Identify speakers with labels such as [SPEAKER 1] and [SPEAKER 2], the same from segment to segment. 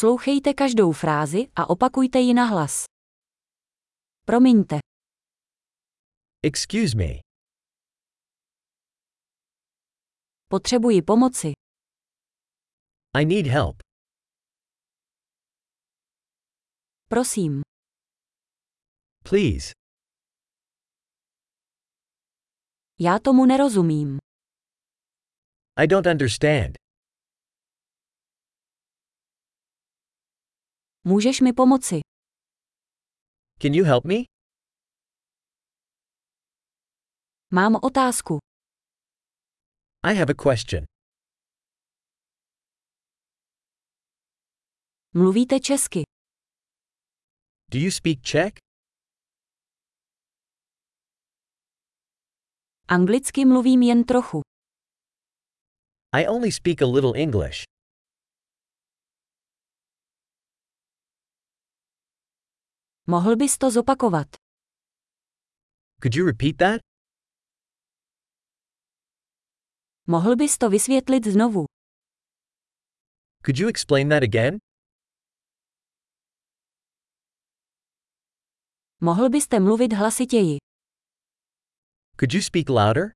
[SPEAKER 1] Poslouchejte každou frázi a opakujte ji na hlas. Promiňte,
[SPEAKER 2] Excuse me.
[SPEAKER 1] potřebuji pomoci.
[SPEAKER 2] I need help.
[SPEAKER 1] Prosím,
[SPEAKER 2] Please.
[SPEAKER 1] já tomu nerozumím.
[SPEAKER 2] I don't understand.
[SPEAKER 1] Můžeš mi pomoci?
[SPEAKER 2] Can you help me?
[SPEAKER 1] Mám otázku.
[SPEAKER 2] I have a question.
[SPEAKER 1] Mluvíte česky?
[SPEAKER 2] Do you speak Czech?
[SPEAKER 1] Anglicky mluvím jen trochu.
[SPEAKER 2] I only speak a little English.
[SPEAKER 1] Mohl bys to zopakovat?
[SPEAKER 2] Could you repeat that?
[SPEAKER 1] Mohl bys to vysvětlit znovu?
[SPEAKER 2] Could you explain that again?
[SPEAKER 1] Mohl byste mluvit hlasitěji?
[SPEAKER 2] Could you speak louder?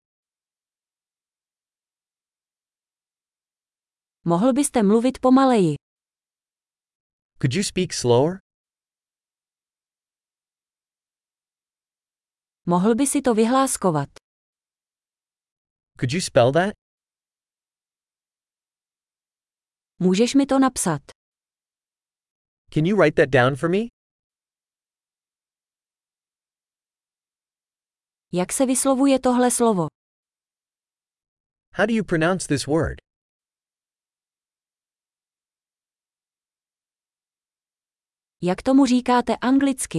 [SPEAKER 1] Mohl byste mluvit pomaleji?
[SPEAKER 2] Could you speak slower?
[SPEAKER 1] Mohl by si to vyhláskovat?
[SPEAKER 2] Could you spell that?
[SPEAKER 1] Můžeš mi to napsat?
[SPEAKER 2] Can you write that down for me?
[SPEAKER 1] Jak se vyslovuje tohle slovo?
[SPEAKER 2] How do you pronounce this word?
[SPEAKER 1] Jak tomu říkáte anglicky?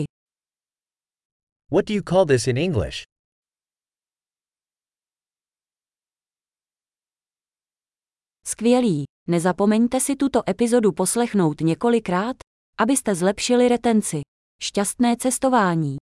[SPEAKER 2] What do you call this in English?
[SPEAKER 1] Skvělý. Nezapomeňte si tuto epizodu poslechnout několikrát, abyste zlepšili retenci. Šťastné cestování.